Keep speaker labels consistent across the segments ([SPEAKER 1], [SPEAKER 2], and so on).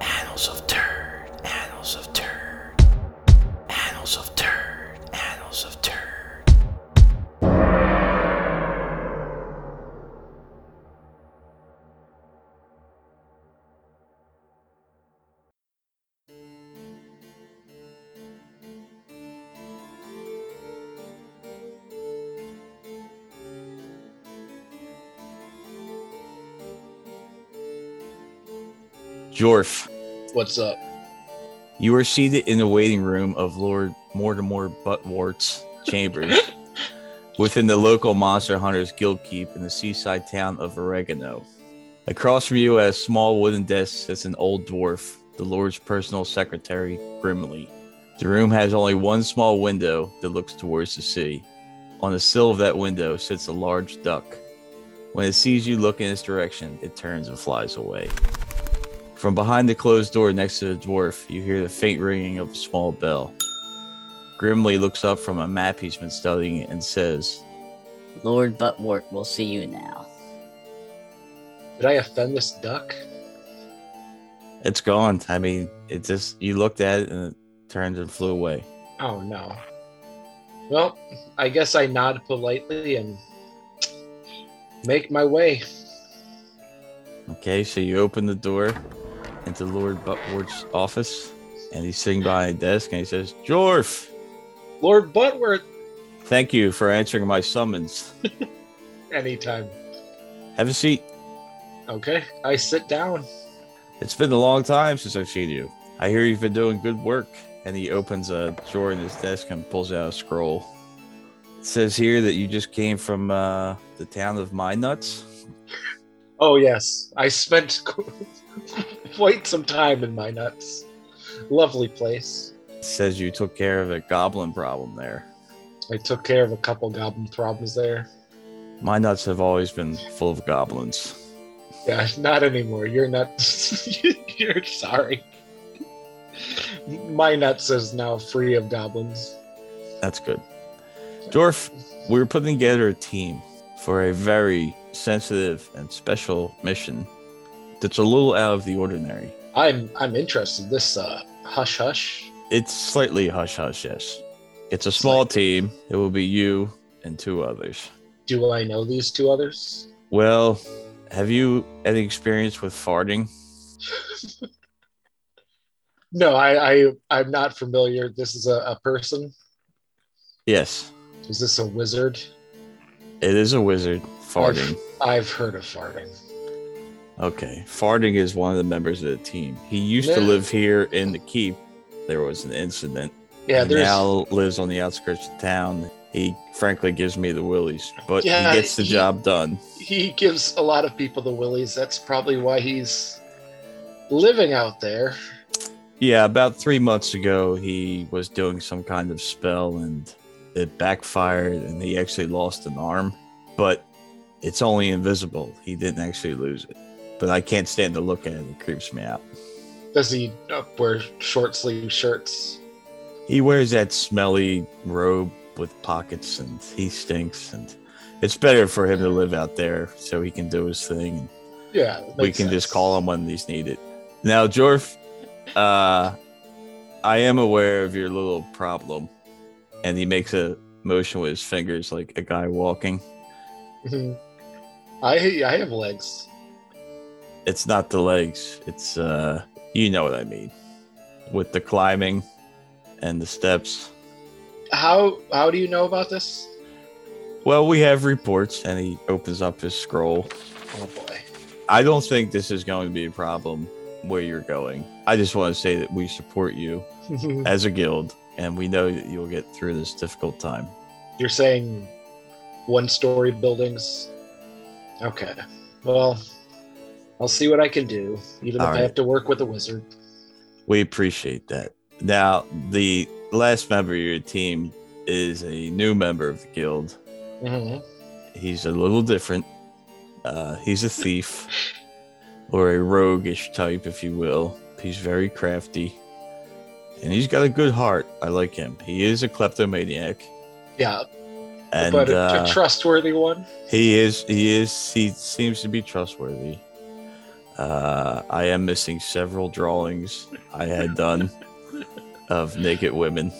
[SPEAKER 1] Annals of Turd. Annals of Turd. Annals of Turd. Annals of Turd.
[SPEAKER 2] Jorf,
[SPEAKER 3] What's up?
[SPEAKER 2] you are seated in the waiting room of Lord Mortimer Buttwart's chambers within the local Monster Hunters Guild Keep in the seaside town of Oregano. Across from you at a small wooden desk sits an old dwarf, the Lord's personal secretary, Grimly. The room has only one small window that looks towards the sea. On the sill of that window sits a large duck. When it sees you look in its direction, it turns and flies away. From behind the closed door next to the dwarf, you hear the faint ringing of a small bell. Grimly looks up from a map he's been studying and says,
[SPEAKER 4] Lord Buttwort will see you now.
[SPEAKER 3] Did I offend this duck?
[SPEAKER 2] It's gone. I mean, it just, you looked at it and it turned and flew away.
[SPEAKER 3] Oh no. Well, I guess I nod politely and make my way.
[SPEAKER 2] Okay, so you open the door into Lord Buttward's office and he's sitting behind a desk and he says, Jorf,
[SPEAKER 3] Lord Buttworth,
[SPEAKER 2] thank you for answering my summons.
[SPEAKER 3] anytime.
[SPEAKER 2] Have a seat.
[SPEAKER 3] Okay, I sit down.
[SPEAKER 2] It's been a long time since I've seen you. I hear you've been doing good work. And he opens a drawer in his desk and pulls out a scroll. It says here that you just came from uh, the town of My Nuts.
[SPEAKER 3] Oh yes, I spent quite some time in my nuts. Lovely place.
[SPEAKER 2] It says you took care of a goblin problem there.
[SPEAKER 3] I took care of a couple goblin problems there.
[SPEAKER 2] My Nuts have always been full of goblins.
[SPEAKER 3] Yeah, not anymore. You're not. You're sorry. My nuts is now free of goblins.
[SPEAKER 2] That's good. Dorf, we were putting together a team for a very sensitive and special mission that's a little out of the ordinary.
[SPEAKER 3] I'm I'm interested. This uh, hush hush.
[SPEAKER 2] It's slightly hush hush, yes. It's a small team. It will be you and two others.
[SPEAKER 3] Do I know these two others?
[SPEAKER 2] Well, have you any experience with farting?
[SPEAKER 3] No, I, I I'm not familiar. This is a, a person.
[SPEAKER 2] Yes,
[SPEAKER 3] Is this a wizard?
[SPEAKER 2] it is a wizard. Farting.
[SPEAKER 3] I've heard of farting.
[SPEAKER 2] Okay. Farting is one of the members of the team. He used to
[SPEAKER 3] Yeah.
[SPEAKER 2] live here in the keep. There was an incident.
[SPEAKER 3] Yeah,
[SPEAKER 2] he
[SPEAKER 3] there's
[SPEAKER 2] now lives on the outskirts of town. He frankly gives me the willies, but
[SPEAKER 3] Yeah,
[SPEAKER 2] he gets the
[SPEAKER 3] he-
[SPEAKER 2] job done.
[SPEAKER 3] he gives a lot of people the willies. That's probably why he's living out there.
[SPEAKER 2] Yeah, about three months ago, he was doing some kind of spell and it backfired and he actually lost an arm, but it's only invisible. He didn't actually lose it. But I can't stand to look at it. It creeps me out.
[SPEAKER 3] Does he uh, wear short sleeve shirts?
[SPEAKER 2] He wears that smelly robe with pockets and he stinks. And it's better for him to live out there so he can do his thing. And
[SPEAKER 3] Yeah,
[SPEAKER 2] we
[SPEAKER 3] makes
[SPEAKER 2] can just
[SPEAKER 3] sense.
[SPEAKER 2] call him when he's needed. Now, Jorf, uh, I am aware of your little problem. And he makes a motion with his fingers like a guy walking.
[SPEAKER 3] Mhm. I I have legs.
[SPEAKER 2] It's not the legs, it's, uh, you know what I mean. With the climbing and the steps.
[SPEAKER 3] How how do you know about this?
[SPEAKER 2] Well, we have reports, and he opens up his scroll.
[SPEAKER 3] Oh boy.
[SPEAKER 2] I don't think this is going to be a problem where you're going. I just want to say that we support you as a guild, and we know that you'll get through this difficult time.
[SPEAKER 3] You're saying one story buildings? Okay. Well, I'll see what I can do, even
[SPEAKER 2] All
[SPEAKER 3] if
[SPEAKER 2] right.
[SPEAKER 3] I have to work with a wizard.
[SPEAKER 2] We appreciate that. Now, the last member of your team is a new member of the guild.
[SPEAKER 3] Mhm.
[SPEAKER 2] He's a little different. Uh, he's a thief or a roguish type, if you will. He's very crafty and he's got a good heart. I like him. He is a kleptomaniac.
[SPEAKER 3] Yeah,
[SPEAKER 2] And
[SPEAKER 3] but a,
[SPEAKER 2] uh,
[SPEAKER 3] a trustworthy one.
[SPEAKER 2] he is, he is, he seems to be trustworthy. Uh, I am missing several drawings I had done of naked women,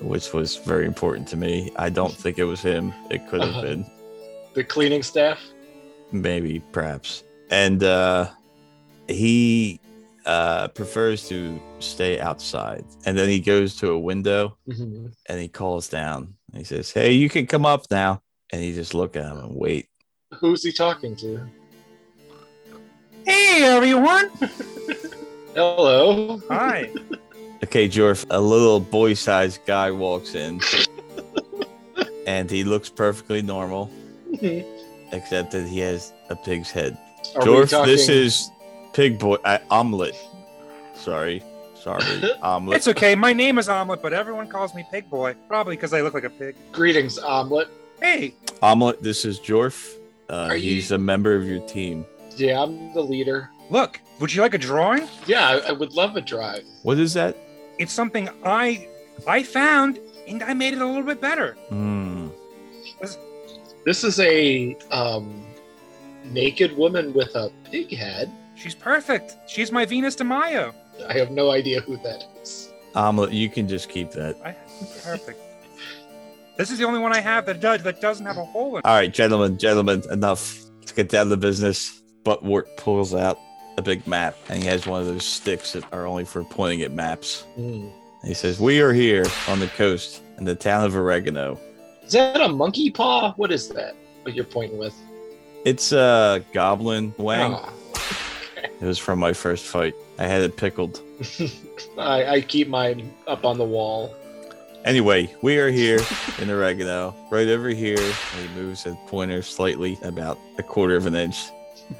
[SPEAKER 2] which was very important to me. I don't think it was him. It could have
[SPEAKER 3] Uh-huh.
[SPEAKER 2] been,
[SPEAKER 3] The cleaning staff.
[SPEAKER 2] maybe, perhaps. And uh, he uh, prefers to stay outside. And then he goes to a window
[SPEAKER 3] hmm
[SPEAKER 2] and he calls down. And he says, "Hey, you can come up now." And he just look at him and wait.
[SPEAKER 3] Who's he talking to?
[SPEAKER 5] Hey, everyone!
[SPEAKER 3] Hello.
[SPEAKER 5] Hi.
[SPEAKER 2] Okay, Jorf, a little boy sized guy walks in and he looks perfectly normal,
[SPEAKER 3] Mhm.
[SPEAKER 2] except that he has a pig's head.
[SPEAKER 3] Are we
[SPEAKER 2] Jorf,
[SPEAKER 3] talking-
[SPEAKER 2] this is pig boy uh, omelet. Sorry, sorry, omelet.
[SPEAKER 5] It's okay. My name is Omelet, but everyone calls me Pig Boy, probably because I look like a pig.
[SPEAKER 3] greetings, omelet.
[SPEAKER 5] Hey,
[SPEAKER 2] omelet, this is Jorf. Uh,
[SPEAKER 3] Are you-
[SPEAKER 2] he's a member of your team.
[SPEAKER 3] Yeah, I'm the leader.
[SPEAKER 5] look, would you like a drawing?
[SPEAKER 3] Yeah, I, I would love a drive.
[SPEAKER 2] What is that?
[SPEAKER 5] It's something I I found and I made it a little bit better.
[SPEAKER 2] Hmm.
[SPEAKER 3] This is a um, naked woman with a pig head.
[SPEAKER 5] She's perfect. She's my Venus de Mayo.
[SPEAKER 3] I have no idea who that is.
[SPEAKER 2] Omelet, you can just keep that.
[SPEAKER 5] I, perfect. This is the only one I have that does that doesn't have a hole in. it.
[SPEAKER 2] All right, gentlemen, gentlemen, enough. Let's get down to business. Buttwort pulls out a big map and he has one of those sticks that are only for pointing at maps.
[SPEAKER 3] Hmm.
[SPEAKER 2] And he says, We are here on the coast in the town of Oregano.
[SPEAKER 3] Is that a monkey paw? What is that? What you're pointing with?
[SPEAKER 2] It's a goblin wang.
[SPEAKER 3] Ah.
[SPEAKER 2] It was from my first fight. I had it pickled.
[SPEAKER 3] I, I keep mine up on the wall.
[SPEAKER 2] Anyway, we are here in Oregano, right over here. And he moves a pointer slightly, about a quarter of an inch.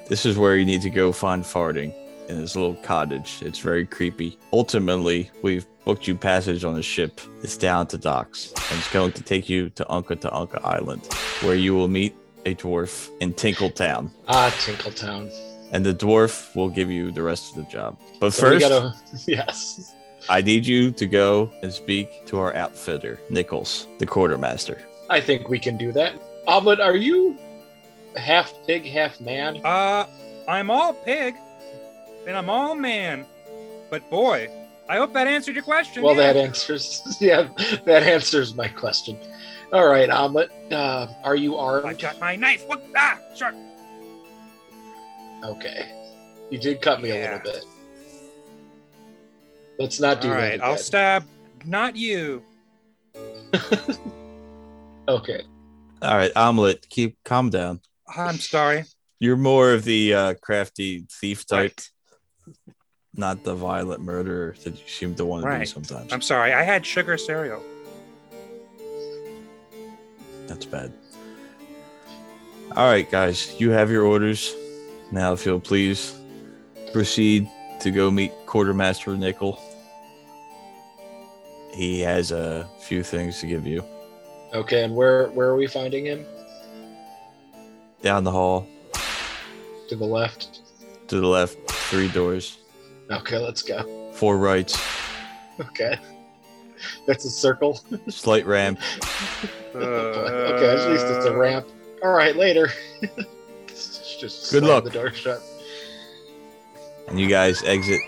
[SPEAKER 2] This is where you need to go find farting in his little cottage. It's very creepy. Ultimately, we've booked you passage on a ship. It's down to docks, and it's going to take you to Unka to Unka Island, where you will meet a dwarf in Tinkletown,
[SPEAKER 3] Ah, Tinkletown.
[SPEAKER 2] and the dwarf will give you the rest of the job. But
[SPEAKER 3] So we
[SPEAKER 2] first,
[SPEAKER 3] gotta- yes.
[SPEAKER 2] I need you to go and speak to our outfitter, Nichols, the quartermaster.
[SPEAKER 3] I think we can do that. Omelet, are you half pig, half man?
[SPEAKER 5] Uh, I'm all pig, and I'm all man, but boy, I hope that answered your question.
[SPEAKER 3] Well,
[SPEAKER 5] yeah.
[SPEAKER 3] that answers. Yeah, that answers my question. All right, Omelet, uh, are you
[SPEAKER 5] I
[SPEAKER 3] armed?
[SPEAKER 5] got my knife. What? Ah, sharp.
[SPEAKER 3] Okay. You did cut me a
[SPEAKER 5] Yeah.
[SPEAKER 3] little bit. Let's not do
[SPEAKER 5] All right,
[SPEAKER 3] that.
[SPEAKER 5] I'll
[SPEAKER 3] again.
[SPEAKER 5] stab. Not you.
[SPEAKER 3] Okay.
[SPEAKER 2] All right, omelet, keep calm down.
[SPEAKER 5] I'm sorry.
[SPEAKER 2] You're more of the uh, crafty thief type, not the violent murderer that you seem to want to do
[SPEAKER 5] Right.
[SPEAKER 2] sometimes.
[SPEAKER 5] I'm sorry. I had sugar cereal.
[SPEAKER 2] That's bad. All right, guys, you have your orders. Now, if you'll please proceed to go meet Quartermaster Nickel. He has a few things to give you.
[SPEAKER 3] Okay. And where where are we finding him?
[SPEAKER 2] Down the hall,
[SPEAKER 3] To the left.
[SPEAKER 2] to the left, three doors,
[SPEAKER 3] Okay. Let's go.
[SPEAKER 2] four rights,
[SPEAKER 3] Okay. That's a circle.
[SPEAKER 2] slight ramp,
[SPEAKER 3] okay.
[SPEAKER 5] Uh,
[SPEAKER 3] At least it's a ramp. All right. Later. Just
[SPEAKER 2] Good
[SPEAKER 3] slam
[SPEAKER 2] luck.
[SPEAKER 3] The door shut.
[SPEAKER 2] and you guys exit.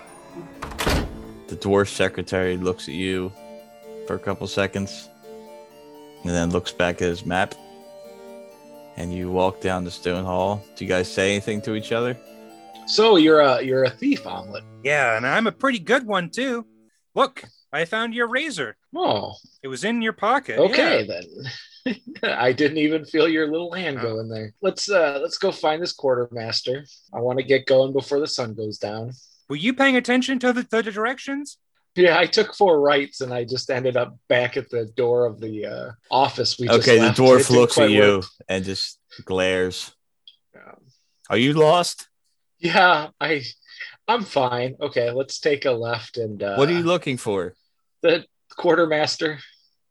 [SPEAKER 2] The dwarf secretary looks at you for a couple seconds and then looks back at his map. And you walk down the stone hall. Do you guys say anything to each other?
[SPEAKER 3] So you're a you're a thief, omelet.
[SPEAKER 5] Yeah, and I'm a pretty good one too. Look, I found your razor.
[SPEAKER 3] Oh.
[SPEAKER 5] It was in your pocket.
[SPEAKER 3] Okay then. I didn't even feel your little hand
[SPEAKER 5] Oh.
[SPEAKER 3] go in there. Let's uh let's go find this quartermaster. I want to get going before the sun goes down.
[SPEAKER 5] Were you paying attention to the, the directions?
[SPEAKER 3] Yeah, I took four rights and I just ended up back at the door of the uh, office. We just
[SPEAKER 2] Okay, the
[SPEAKER 3] left. It
[SPEAKER 2] dwarf
[SPEAKER 3] didn't
[SPEAKER 2] looks at
[SPEAKER 3] quite
[SPEAKER 2] you
[SPEAKER 3] work.
[SPEAKER 2] and just glares.
[SPEAKER 3] Yeah.
[SPEAKER 2] Are you lost?
[SPEAKER 3] Yeah, I, I'm fine. Okay, let's take a left and uh,
[SPEAKER 2] what are you looking for?
[SPEAKER 3] the quartermaster?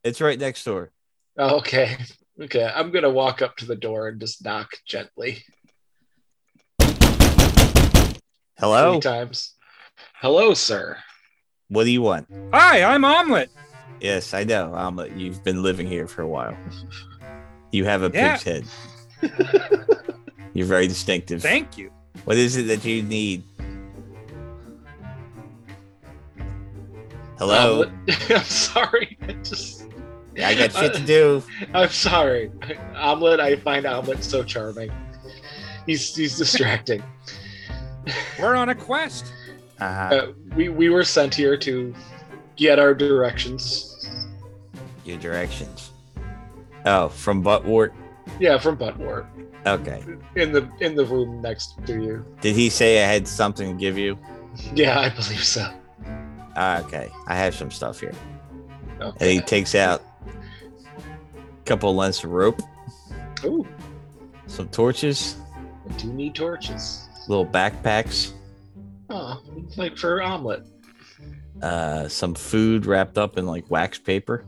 [SPEAKER 2] It's right next door.
[SPEAKER 3] Oh, okay, okay, I'm gonna walk up to the door and just knock gently
[SPEAKER 2] Hello?
[SPEAKER 3] three times. Hello, sir.
[SPEAKER 2] What do you want?
[SPEAKER 5] Hi, I'm Omelet.
[SPEAKER 2] Yes, I know. Omelet, you've been living here for a while. You have a
[SPEAKER 5] Yeah.
[SPEAKER 2] pig's head. You're very distinctive.
[SPEAKER 5] Thank you.
[SPEAKER 2] What is it that you need? Hello?
[SPEAKER 3] Um, I'm sorry. I just.
[SPEAKER 2] I got shit to do.
[SPEAKER 3] I'm sorry. Omelet, I find Omelet so charming. He's he's distracting.
[SPEAKER 5] We're on a quest.
[SPEAKER 2] Uh-huh.
[SPEAKER 3] Uh, we we were sent here to get our directions.
[SPEAKER 2] Your directions. Oh, from Buttwort?
[SPEAKER 3] Yeah, from Buttwort
[SPEAKER 2] Okay.
[SPEAKER 3] in the in the room next to you.
[SPEAKER 2] Did he say I had something to give you?
[SPEAKER 3] Yeah, I believe so.
[SPEAKER 2] Ah, okay. I have some stuff here. And
[SPEAKER 3] Okay.
[SPEAKER 2] he takes out a couple lengths of rope,
[SPEAKER 3] Ooh,
[SPEAKER 2] some torches,
[SPEAKER 3] I do need torches.
[SPEAKER 2] little backpacks,
[SPEAKER 3] Oh, like for omelet,
[SPEAKER 2] uh, some food wrapped up in like wax paper,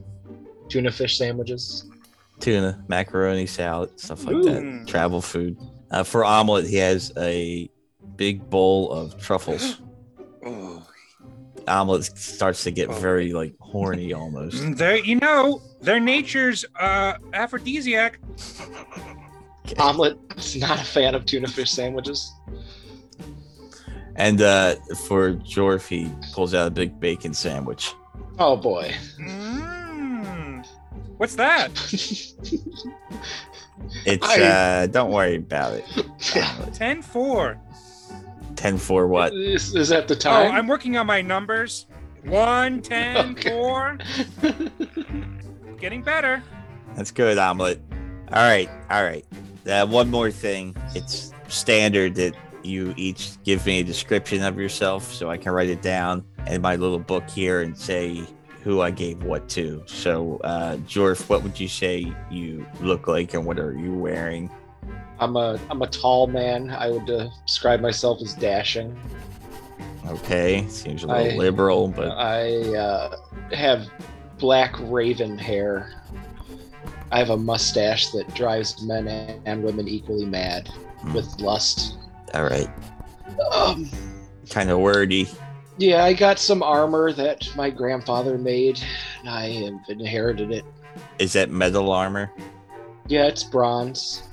[SPEAKER 3] tuna fish sandwiches.
[SPEAKER 2] tuna, macaroni salad, stuff like
[SPEAKER 5] Ooh.
[SPEAKER 2] that. Travel food. Uh, for omelet, he has a big bowl of truffles.
[SPEAKER 6] Oh,
[SPEAKER 2] omelet starts to get very like horny almost.
[SPEAKER 5] Mm, They, you know, their nature's uh, aphrodisiac.
[SPEAKER 3] Omelet is not a fan of tuna fish sandwiches.
[SPEAKER 2] And uh, for Jorf, he pulls out a big bacon sandwich.
[SPEAKER 3] Oh boy.
[SPEAKER 5] Mm. What's that?
[SPEAKER 2] It's
[SPEAKER 3] I-
[SPEAKER 2] uh, don't worry about it.
[SPEAKER 5] Ten four.
[SPEAKER 2] Ten for what?
[SPEAKER 3] Is, is that the
[SPEAKER 5] Oh,
[SPEAKER 3] time?
[SPEAKER 5] I'm working on my numbers. One, ten,
[SPEAKER 3] Okay.
[SPEAKER 5] four. Getting better.
[SPEAKER 2] That's good, omelet. All right, all right. Uh, one more thing. It's standard that you each give me a description of yourself, so I can write it down in my little book here and say who I gave what to. So, uh, Jorf, what would you say you look like, and what are you wearing?
[SPEAKER 3] I'm a I'm a tall man. I would uh, describe myself as dashing.
[SPEAKER 2] Okay, seems a little
[SPEAKER 3] I-
[SPEAKER 2] liberal, but
[SPEAKER 3] I uh, have black raven hair. I have a mustache that drives men and women equally mad with lust.
[SPEAKER 2] mm, all right,
[SPEAKER 3] Um,
[SPEAKER 2] kind of wordy.
[SPEAKER 3] yeah, I got some armor that my grandfather made, and I have inherited it.
[SPEAKER 2] Is that metal armor?
[SPEAKER 3] Yeah, it's bronze.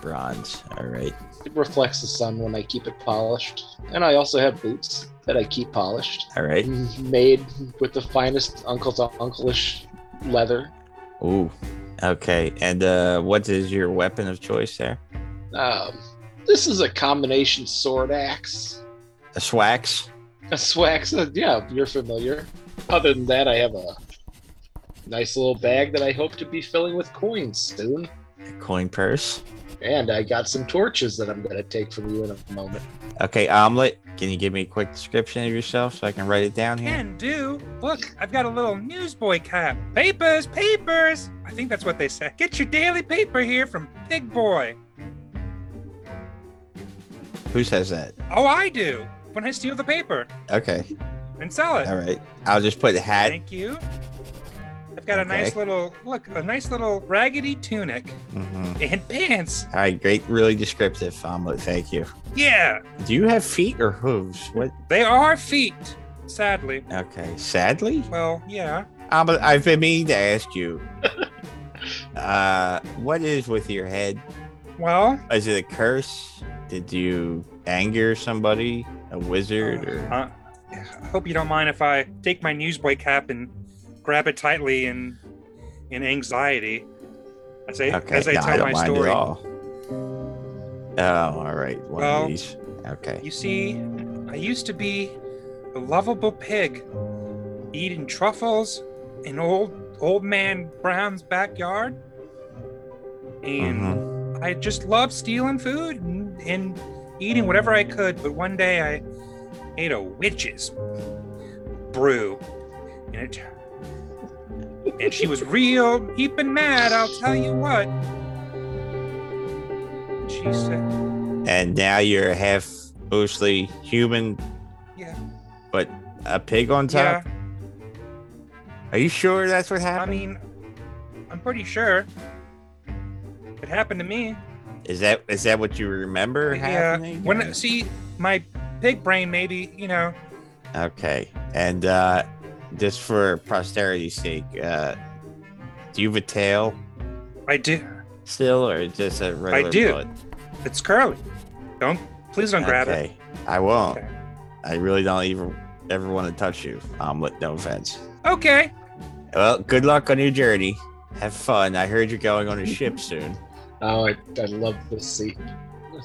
[SPEAKER 2] Bronze. All right.
[SPEAKER 3] It reflects the sun when I keep it polished. And I also have boots that I keep polished,
[SPEAKER 2] All right.
[SPEAKER 3] made with the finest uncle to uncleish leather.
[SPEAKER 2] Ooh. Okay. And uh, what is your weapon of choice there?
[SPEAKER 3] Um, this is a combination sword axe,
[SPEAKER 2] A swax.
[SPEAKER 3] a swax. uh, Yeah, you're familiar. Other than that, I have a nice little bag that I hope to be filling with coins soon.
[SPEAKER 2] A coin purse.
[SPEAKER 3] And I got some torches that I'm going to take from you in a moment.
[SPEAKER 2] Okay, omelet. Can you give me a quick description of yourself so I can write it down here?
[SPEAKER 5] Can do. Look, I've got a little newsboy cap. Papers, papers. I think that's what they say. Get your daily paper here from Big Boy.
[SPEAKER 2] Who says that?
[SPEAKER 5] Oh, I do. When I steal the paper
[SPEAKER 2] Okay.
[SPEAKER 5] and sell it.
[SPEAKER 2] All right. I'll just put hat.
[SPEAKER 5] Thank you. I've got a nice
[SPEAKER 2] Okay.
[SPEAKER 5] little look, a nice little raggedy tunic
[SPEAKER 2] Mhm. All
[SPEAKER 5] and pants.
[SPEAKER 2] right. Great. Really descriptive, omelet. Thank you.
[SPEAKER 5] Yeah,
[SPEAKER 2] Do you have feet or hooves? What?
[SPEAKER 5] they are feet. Sadly.
[SPEAKER 2] Okay. Sadly.
[SPEAKER 5] Well, yeah.
[SPEAKER 2] Um, I've been meaning to ask you. uh, what is with your head?
[SPEAKER 5] Well,
[SPEAKER 2] Is it a curse? Did you anger somebody? A wizard? Or...
[SPEAKER 5] uh, I hope you don't mind if I take my newsboy cap and grab it tightly in in anxiety as I
[SPEAKER 2] Okay,
[SPEAKER 5] as I
[SPEAKER 2] no,
[SPEAKER 5] tell
[SPEAKER 2] I don't
[SPEAKER 5] my
[SPEAKER 2] mind
[SPEAKER 5] story.
[SPEAKER 2] at all. Oh, all right. One
[SPEAKER 5] Well-
[SPEAKER 2] of these. Okay.
[SPEAKER 5] You see, I used to be a lovable pig, eating truffles in old old man Brown's backyard, and
[SPEAKER 2] Mhm.
[SPEAKER 5] I just loved stealing food and, and eating whatever I could. But one day I ate a witch's brew, and it and she was real heaping mad. I'll tell you what. She said,
[SPEAKER 2] And now you're half mostly human,
[SPEAKER 5] "Yeah,
[SPEAKER 2] but a pig on
[SPEAKER 5] yeah."
[SPEAKER 2] top? Are you sure that's what
[SPEAKER 5] I
[SPEAKER 2] happened?
[SPEAKER 5] mean, I'm pretty sure it happened to me.
[SPEAKER 2] Is that is that what you remember
[SPEAKER 5] Yeah.
[SPEAKER 2] happening?
[SPEAKER 5] When see my pig brain, maybe you know.
[SPEAKER 2] Okay. And uh just for posterity's sake, uh do you have a tail
[SPEAKER 5] I do.
[SPEAKER 2] still or just a regular
[SPEAKER 5] do.
[SPEAKER 2] butt?
[SPEAKER 5] It's curly. Don't Please don't grab it.
[SPEAKER 2] okay. I won't.
[SPEAKER 5] Okay.
[SPEAKER 2] I really don't even ever want to touch you. Um, but no offense.
[SPEAKER 5] Okay.
[SPEAKER 2] Well, good luck on your journey. Have fun. I heard you're going on a ship soon.
[SPEAKER 3] Oh, I, I love this seat.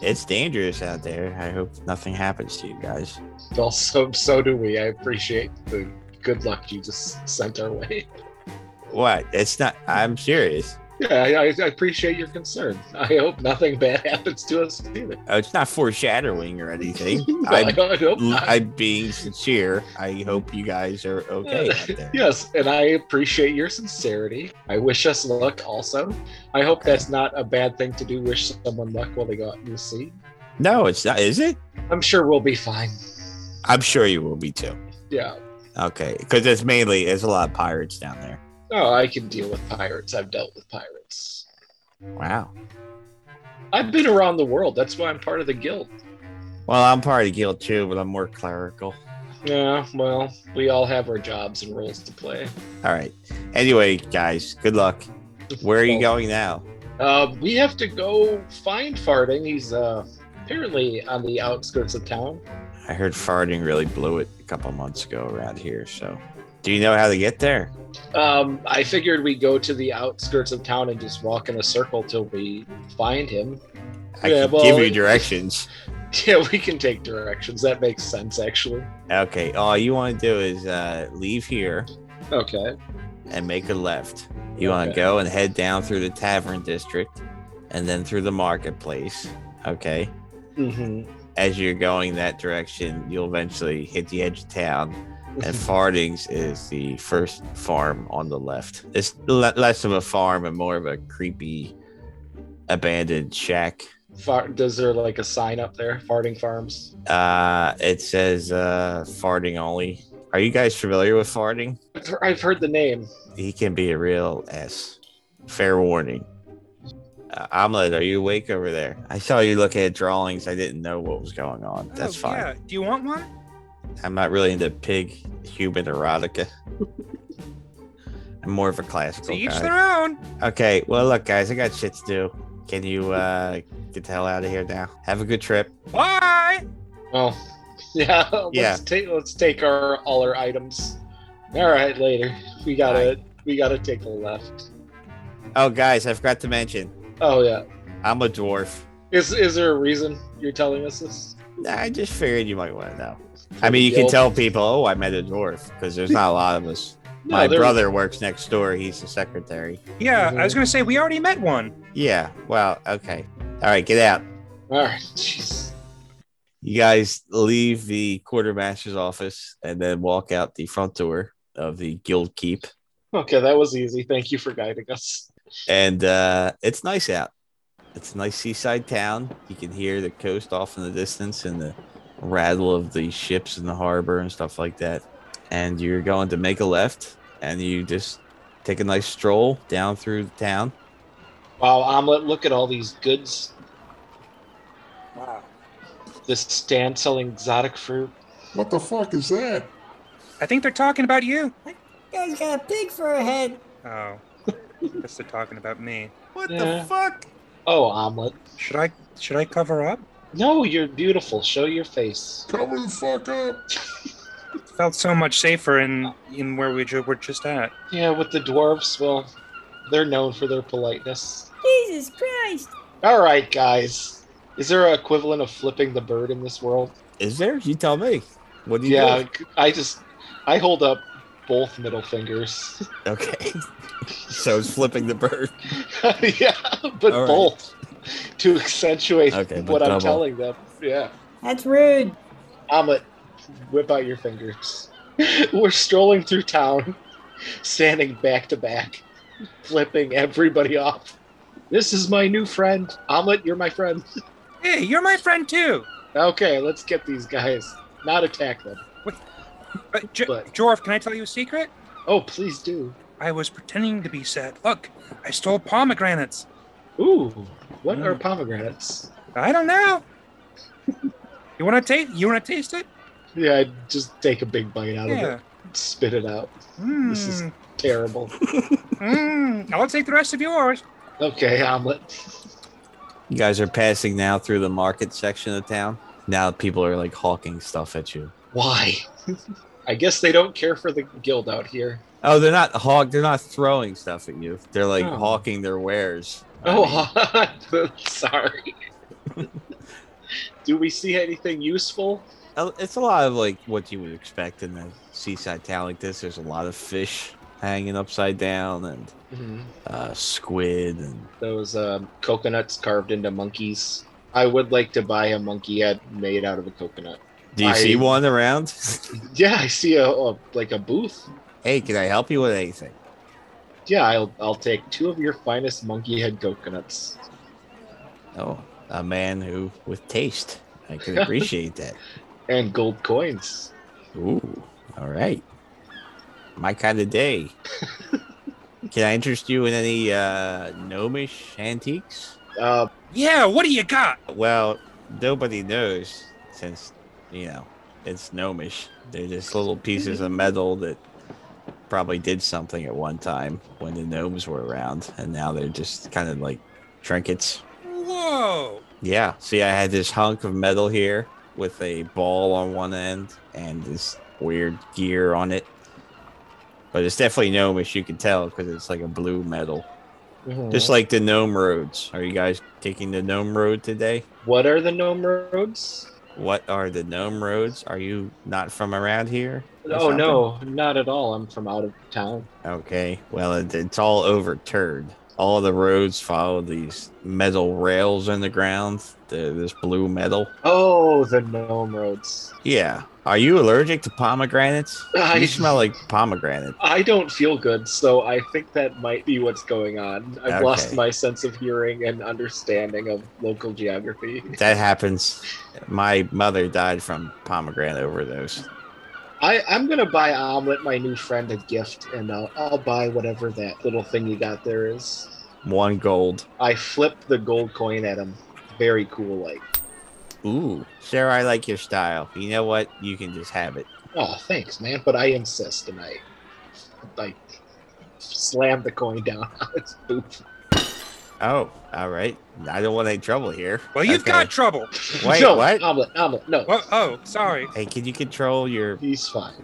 [SPEAKER 2] It's dangerous out there. I hope nothing happens to you guys.
[SPEAKER 3] Also, so do we. I appreciate the good luck you just sent our way.
[SPEAKER 2] What? It's not. I'm serious.
[SPEAKER 3] Yeah, I, I I appreciate your concern. I hope nothing bad happens to us either.
[SPEAKER 2] Oh, it's not foreshadowing or anything.
[SPEAKER 3] No, I,
[SPEAKER 2] I'm,
[SPEAKER 3] hope not.
[SPEAKER 2] I'm being sincere. I hope you guys are okay out there.
[SPEAKER 3] Yes, and I appreciate your sincerity. I wish us luck also. I hope that's not a bad thing to do, wish someone luck while they go out in the sea.
[SPEAKER 2] No, it's not. Is it?
[SPEAKER 3] I'm sure we'll be fine.
[SPEAKER 2] I'm sure you will be too.
[SPEAKER 3] Yeah.
[SPEAKER 2] Okay, because it's mainly there's a lot of pirates down there.
[SPEAKER 3] Oh, I can deal with pirates. I've dealt with pirates.
[SPEAKER 2] Wow.
[SPEAKER 3] I've been around the world. That's why I'm part of the guild.
[SPEAKER 2] Well, I'm part of the guild too, but I'm more clerical.
[SPEAKER 3] Yeah, well, we all have our jobs and roles to play.
[SPEAKER 2] All right. Anyway, guys, good luck. Where are you going now?
[SPEAKER 3] Uh, we have to go find Farting. He's uh, apparently on the outskirts of town.
[SPEAKER 2] I heard farting really blew it a couple months ago around here. So, do you know how to get there?
[SPEAKER 3] Um, I figured we go to the outskirts of town and just walk in a circle till we find him.
[SPEAKER 2] I
[SPEAKER 3] Yeah,
[SPEAKER 2] can
[SPEAKER 3] well,
[SPEAKER 2] give you
[SPEAKER 3] it-
[SPEAKER 2] directions.
[SPEAKER 3] Yeah, we can take directions. That makes sense, actually.
[SPEAKER 2] Okay. All you want to do is uh, leave here
[SPEAKER 3] Okay.
[SPEAKER 2] and make a left. You want to
[SPEAKER 3] Okay.
[SPEAKER 2] go and head down through the tavern district and then through the marketplace. Okay.
[SPEAKER 3] Mm-hmm.
[SPEAKER 2] As you're going that direction, you'll eventually hit the edge of town. And Fardings is the first farm on the left. It's le- less of a farm and more of a creepy, abandoned shack.
[SPEAKER 3] Far- Does there like a sign up there? Farting Farms.
[SPEAKER 2] Uh, it says uh, farting only. Are you guys familiar with farting?
[SPEAKER 3] I've he- I've heard the name.
[SPEAKER 2] He can be a real S. Fair warning. Uh, Omelet, are you awake over there? I saw you looking at drawings. I didn't know what was going on. That's
[SPEAKER 5] Oh,
[SPEAKER 2] fine.
[SPEAKER 5] Yeah. Do you want one?
[SPEAKER 2] I'm not really into pig human erotica. I'm more of a classical
[SPEAKER 5] To each
[SPEAKER 2] guy.
[SPEAKER 5] their own.
[SPEAKER 2] Okay, well, look, guys, I got shit to do. Can you uh, get the hell out of here now? Have a good trip.
[SPEAKER 5] Why?
[SPEAKER 3] Oh, yeah. Let's
[SPEAKER 2] Yeah.
[SPEAKER 3] Take, let's take our all our items. All right, later. We gotta we gotta take a left.
[SPEAKER 2] Oh, guys, I forgot to mention,
[SPEAKER 3] Oh yeah.
[SPEAKER 2] I'm a dwarf.
[SPEAKER 3] Is is there a reason you're telling us this?
[SPEAKER 2] I just figured you might want to know. I mean, you can tell people, oh, I met a dwarf because there's not a lot of us.
[SPEAKER 3] No,
[SPEAKER 2] My
[SPEAKER 3] there-
[SPEAKER 2] brother works next door. He's the secretary.
[SPEAKER 3] Mhm.
[SPEAKER 5] Yeah,
[SPEAKER 2] Mm-hmm.
[SPEAKER 5] I was gonna say we already met one.
[SPEAKER 2] Yeah. Well, okay. All right, get out.
[SPEAKER 3] All right. Jeez.
[SPEAKER 2] You guys leave the quartermaster's office and then walk out the front door of the guild keep.
[SPEAKER 3] Okay, that was easy. Thank you for guiding us.
[SPEAKER 2] And uh, it's nice out. It's a nice seaside town. You can hear the coast off in the distance and the rattle of the ships in the harbor and stuff like that. And you're going to make a left and you just take a nice stroll down through the town.
[SPEAKER 3] Wow, omelet! Look at all these goods.
[SPEAKER 5] Wow.
[SPEAKER 3] This stand selling exotic fruit.
[SPEAKER 6] What the fuck is that?
[SPEAKER 5] I think they're talking about you.
[SPEAKER 7] guy's got a pig for a head.
[SPEAKER 5] Oh. Guess they're talking about me.
[SPEAKER 2] What
[SPEAKER 3] Yeah.
[SPEAKER 2] the fuck?
[SPEAKER 3] Oh, omelet!
[SPEAKER 5] Should I should I cover up?
[SPEAKER 3] No, you're beautiful. Show your face.
[SPEAKER 6] Cover the fuck up.
[SPEAKER 5] Felt so much safer in in where we ju- were just at.
[SPEAKER 3] Yeah, with the dwarves, well, they're known for their politeness.
[SPEAKER 7] Jesus Christ!
[SPEAKER 3] All right, guys. Is there an equivalent of flipping the bird in this world?
[SPEAKER 2] Is there? You tell me. What do you
[SPEAKER 3] Yeah,
[SPEAKER 2] do?
[SPEAKER 3] I just I hold up both middle fingers.
[SPEAKER 2] Okay. so it's flipping the bird.
[SPEAKER 3] yeah, but
[SPEAKER 2] All right.
[SPEAKER 3] both to accentuate
[SPEAKER 2] Okay, but
[SPEAKER 3] what I'm
[SPEAKER 2] double.
[SPEAKER 3] telling them. Yeah,
[SPEAKER 7] That's rude.
[SPEAKER 3] omelet, whip out your fingers. We're strolling through town, standing back to back, flipping everybody off. This is my new friend, omelet. You're my friend.
[SPEAKER 5] Hey, you're my friend too.
[SPEAKER 3] Okay, let's get these guys. Not attack them.
[SPEAKER 5] But, Uh, J-
[SPEAKER 3] But-
[SPEAKER 5] Jorf, can I tell you a secret?
[SPEAKER 3] Oh, please do.
[SPEAKER 5] I was pretending to be sad. Look, I stole pomegranates.
[SPEAKER 3] Ooh, what are
[SPEAKER 5] Mm.
[SPEAKER 3] pomegranates?
[SPEAKER 5] I don't know. you want to taste? You want to taste it?
[SPEAKER 3] Yeah, I'd just take a big bite out of
[SPEAKER 5] yeah.
[SPEAKER 3] it, spit it out.
[SPEAKER 5] Mm,
[SPEAKER 3] This is- Terrible.
[SPEAKER 5] mm, I'll take the rest of yours.
[SPEAKER 3] Okay, omelet.
[SPEAKER 2] You guys are passing now through the market section of town. Now people are like hawking stuff at you.
[SPEAKER 3] Why? I guess they don't care for the guild out here.
[SPEAKER 2] Oh, they're not hawk. They're not throwing stuff at you. They're like
[SPEAKER 3] Oh.
[SPEAKER 2] hawking their wares. I mean,
[SPEAKER 3] Oh, sorry. Do we see anything useful?
[SPEAKER 2] Uh, It's a lot of like what you would expect in a seaside town like this. There's a lot of fish hanging upside down and uh, squid and
[SPEAKER 3] Those um, coconuts carved into monkeys. I would like to buy a monkey head made out of a coconut.
[SPEAKER 2] do you see
[SPEAKER 3] I-
[SPEAKER 2] one around?
[SPEAKER 3] Yeah, I see a, a like a booth.
[SPEAKER 2] hey, can I help you with anything?
[SPEAKER 3] Yeah, I'll I'll take two of your finest monkey head coconuts.
[SPEAKER 2] Oh, a man who with taste. I can appreciate that.
[SPEAKER 3] and gold coins.
[SPEAKER 2] Ooh, all right. My kind of day. can I interest you in any uh, gnomish antiques?
[SPEAKER 3] Uh,
[SPEAKER 5] Yeah, what do you got?
[SPEAKER 2] Well, nobody knows since, you know, it's gnomish. They're just little pieces of metal that probably did something at one time when the gnomes were around, and now they're just kind of like trinkets.
[SPEAKER 5] Whoa.
[SPEAKER 2] Yeah. See, I had this hunk of metal here with a ball on one end and this weird gear on it. But it's definitely gnomish, you can tell, because it's like a blue metal.
[SPEAKER 3] Mm-hmm.
[SPEAKER 2] Just like the gnome roads. Are you guys taking the gnome road today?
[SPEAKER 3] what are the gnome roads?
[SPEAKER 2] What are the gnome roads? Are you not from around here? or
[SPEAKER 3] Oh no, not at all. I'm from out of town.
[SPEAKER 2] something? Okay. Well, it, it's all overturned. All the roads follow these metal rails in the ground, the, this blue metal.
[SPEAKER 3] Oh, the gnome roads.
[SPEAKER 2] Yeah. Are you allergic to pomegranates?
[SPEAKER 3] I-
[SPEAKER 2] You smell like pomegranate.
[SPEAKER 3] I don't feel good, so I think that might be what's going on. I've
[SPEAKER 2] Okay.
[SPEAKER 3] lost my sense of hearing and understanding of local geography.
[SPEAKER 2] That happens. My mother died from pomegranate overdose.
[SPEAKER 3] I, I'm gonna buy Omelet, my new friend, a gift, and I'll, I'll buy whatever that little thing you got there is.
[SPEAKER 2] One gold.
[SPEAKER 3] I flip the gold coin at him. Very cool, like.
[SPEAKER 2] Ooh, Sarah, I like your style. You know what? You can just have it.
[SPEAKER 3] Oh, thanks, man. But I insist, and I, I slam the coin down on its boot.
[SPEAKER 2] Oh, all right. I don't want any trouble here.
[SPEAKER 5] Well, you've
[SPEAKER 2] Okay.
[SPEAKER 5] got trouble.
[SPEAKER 2] Wait,
[SPEAKER 3] no,
[SPEAKER 2] what?
[SPEAKER 3] Omelet, omelet, no.
[SPEAKER 5] Whoa, oh, sorry.
[SPEAKER 2] Hey, can you control your?
[SPEAKER 3] He's fine.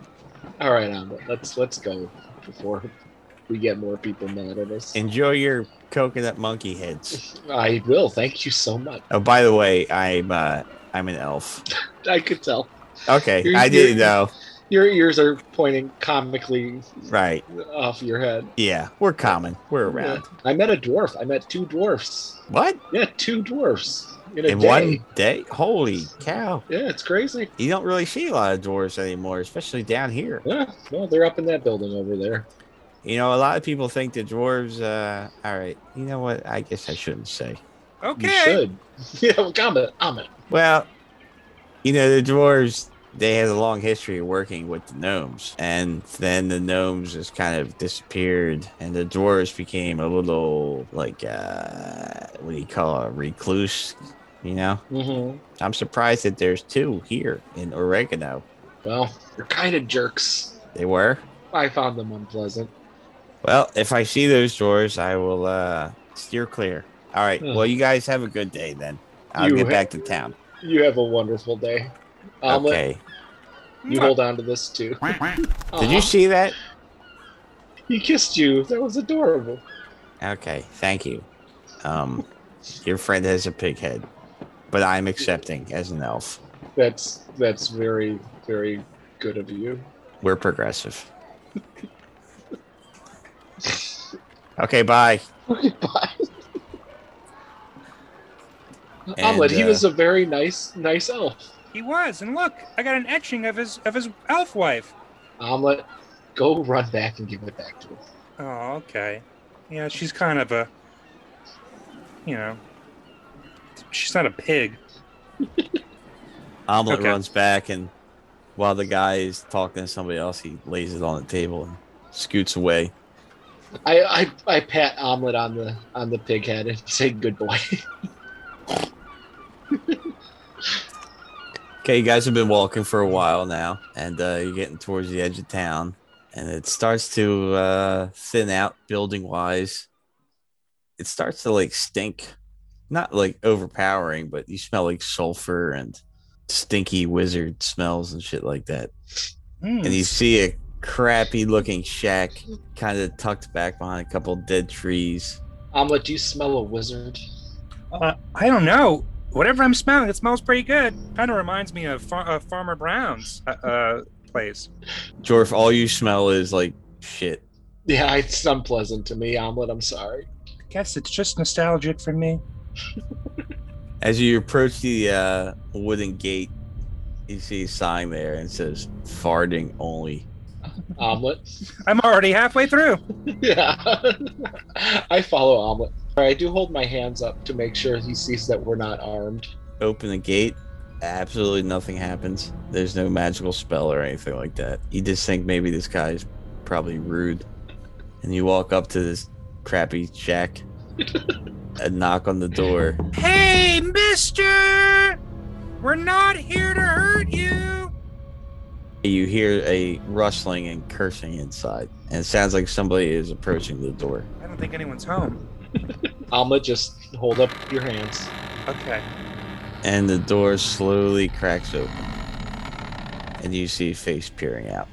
[SPEAKER 3] All right, omelet. Let's let's go before we get more people mad at us.
[SPEAKER 2] Enjoy your coconut monkey heads.
[SPEAKER 3] I will. Thank you so much.
[SPEAKER 2] Oh, by the way, I'm uh, I'm an elf.
[SPEAKER 3] I could tell
[SPEAKER 2] Okay,
[SPEAKER 3] You're-
[SPEAKER 2] I didn't
[SPEAKER 3] you're-
[SPEAKER 2] know.
[SPEAKER 3] your ears are pointing comically
[SPEAKER 2] Right?
[SPEAKER 3] off your head.
[SPEAKER 2] Yeah, we're common. We're around.
[SPEAKER 3] I met a dwarf. I met two dwarfs.
[SPEAKER 2] What?
[SPEAKER 3] Yeah, two dwarfs in a
[SPEAKER 2] in
[SPEAKER 3] day.
[SPEAKER 2] one day? Holy cow!
[SPEAKER 3] Yeah, it's crazy.
[SPEAKER 2] You don't really see a lot of dwarves anymore, especially down here.
[SPEAKER 3] Yeah, well, they're up in that building over there.
[SPEAKER 2] You know, a lot of people think the dwarves. Uh, all right, you know what? I guess I shouldn't say.
[SPEAKER 3] You
[SPEAKER 5] Okay.
[SPEAKER 3] should. Yeah, well, comment, comment.
[SPEAKER 2] Well, you know, the dwarves they had a long history of working with the gnomes, and then the gnomes just kind of disappeared, and the dwarves became a little like uh, what do you call it, recluse? You know,
[SPEAKER 3] Mm-hmm.
[SPEAKER 2] I'm surprised that there's two here in Oregano.
[SPEAKER 3] Well, they're kind of jerks.
[SPEAKER 2] They were.
[SPEAKER 3] I found them unpleasant.
[SPEAKER 2] Well, if I see those doors, I will uh, steer clear. All right.
[SPEAKER 3] Hmm.
[SPEAKER 2] Well, you guys have a good day then. I'll
[SPEAKER 3] You
[SPEAKER 2] get
[SPEAKER 3] ha-
[SPEAKER 2] back to town.
[SPEAKER 3] You have a wonderful day. Omelet,
[SPEAKER 2] okay.
[SPEAKER 3] you hold on to this too.
[SPEAKER 2] Did you
[SPEAKER 3] Aw,
[SPEAKER 2] see that?
[SPEAKER 3] He kissed you. That was adorable.
[SPEAKER 2] Okay. Thank you. Um, your friend has a pig head, but I'm accepting as an elf.
[SPEAKER 3] That's that's very very good of you.
[SPEAKER 2] We're progressive. okay. Bye.
[SPEAKER 3] Okay, bye.
[SPEAKER 2] And,
[SPEAKER 3] Omelet, he
[SPEAKER 2] uh,
[SPEAKER 3] was a very nice nice elf.
[SPEAKER 5] He was, and look, I got an etching of his of his elf wife.
[SPEAKER 3] Omelet, go run back and give it back to him.
[SPEAKER 5] Oh, okay. Yeah, she's kind of a, you know, she's not a pig.
[SPEAKER 2] Omelet
[SPEAKER 5] Okay.
[SPEAKER 2] runs back, and while the guy is talking to somebody else, he lays it on the table and scoots away.
[SPEAKER 3] I, I I pat Omelet on the on the pig head and say good boy.
[SPEAKER 2] Okay, you guys have been walking for a while now, and uh, you're getting towards the edge of town, and it starts to uh, thin out building wise. It starts to like stink, not like overpowering, but you smell like sulfur and stinky wizard smells and shit like that.
[SPEAKER 5] Mm.
[SPEAKER 2] And you see a crappy looking shack kind of tucked back behind a couple dead trees.
[SPEAKER 3] Amla, do you smell a wizard?
[SPEAKER 5] Uh, I don't know. Whatever I'm smelling, it smells pretty good. Kind of reminds me of, far- of Farmer Brown's uh, uh, place.
[SPEAKER 2] Jorf, all you smell is like shit.
[SPEAKER 3] Yeah, it's unpleasant to me, Omelet. I'm sorry.
[SPEAKER 5] I guess it's just nostalgic for me.
[SPEAKER 2] As you approach the uh, wooden gate, you see a sign there and it says farting only.
[SPEAKER 3] Omelet.
[SPEAKER 5] I'm already halfway through.
[SPEAKER 3] yeah. I follow Omelet. All right, I do hold my hands up to make sure he sees that we're not armed.
[SPEAKER 2] Open the gate, absolutely nothing happens. There's no magical spell or anything like that. You just think maybe this guy is probably rude. And you walk up to this crappy shack and knock on the door.
[SPEAKER 5] Hey, mister! We're not here to hurt you!
[SPEAKER 2] You hear a rustling and cursing inside, and it sounds like somebody is approaching the door.
[SPEAKER 5] I don't think anyone's home.
[SPEAKER 3] Omelet, just hold up your hands.
[SPEAKER 5] Okay.
[SPEAKER 2] and the door slowly cracks open and you see a face peering out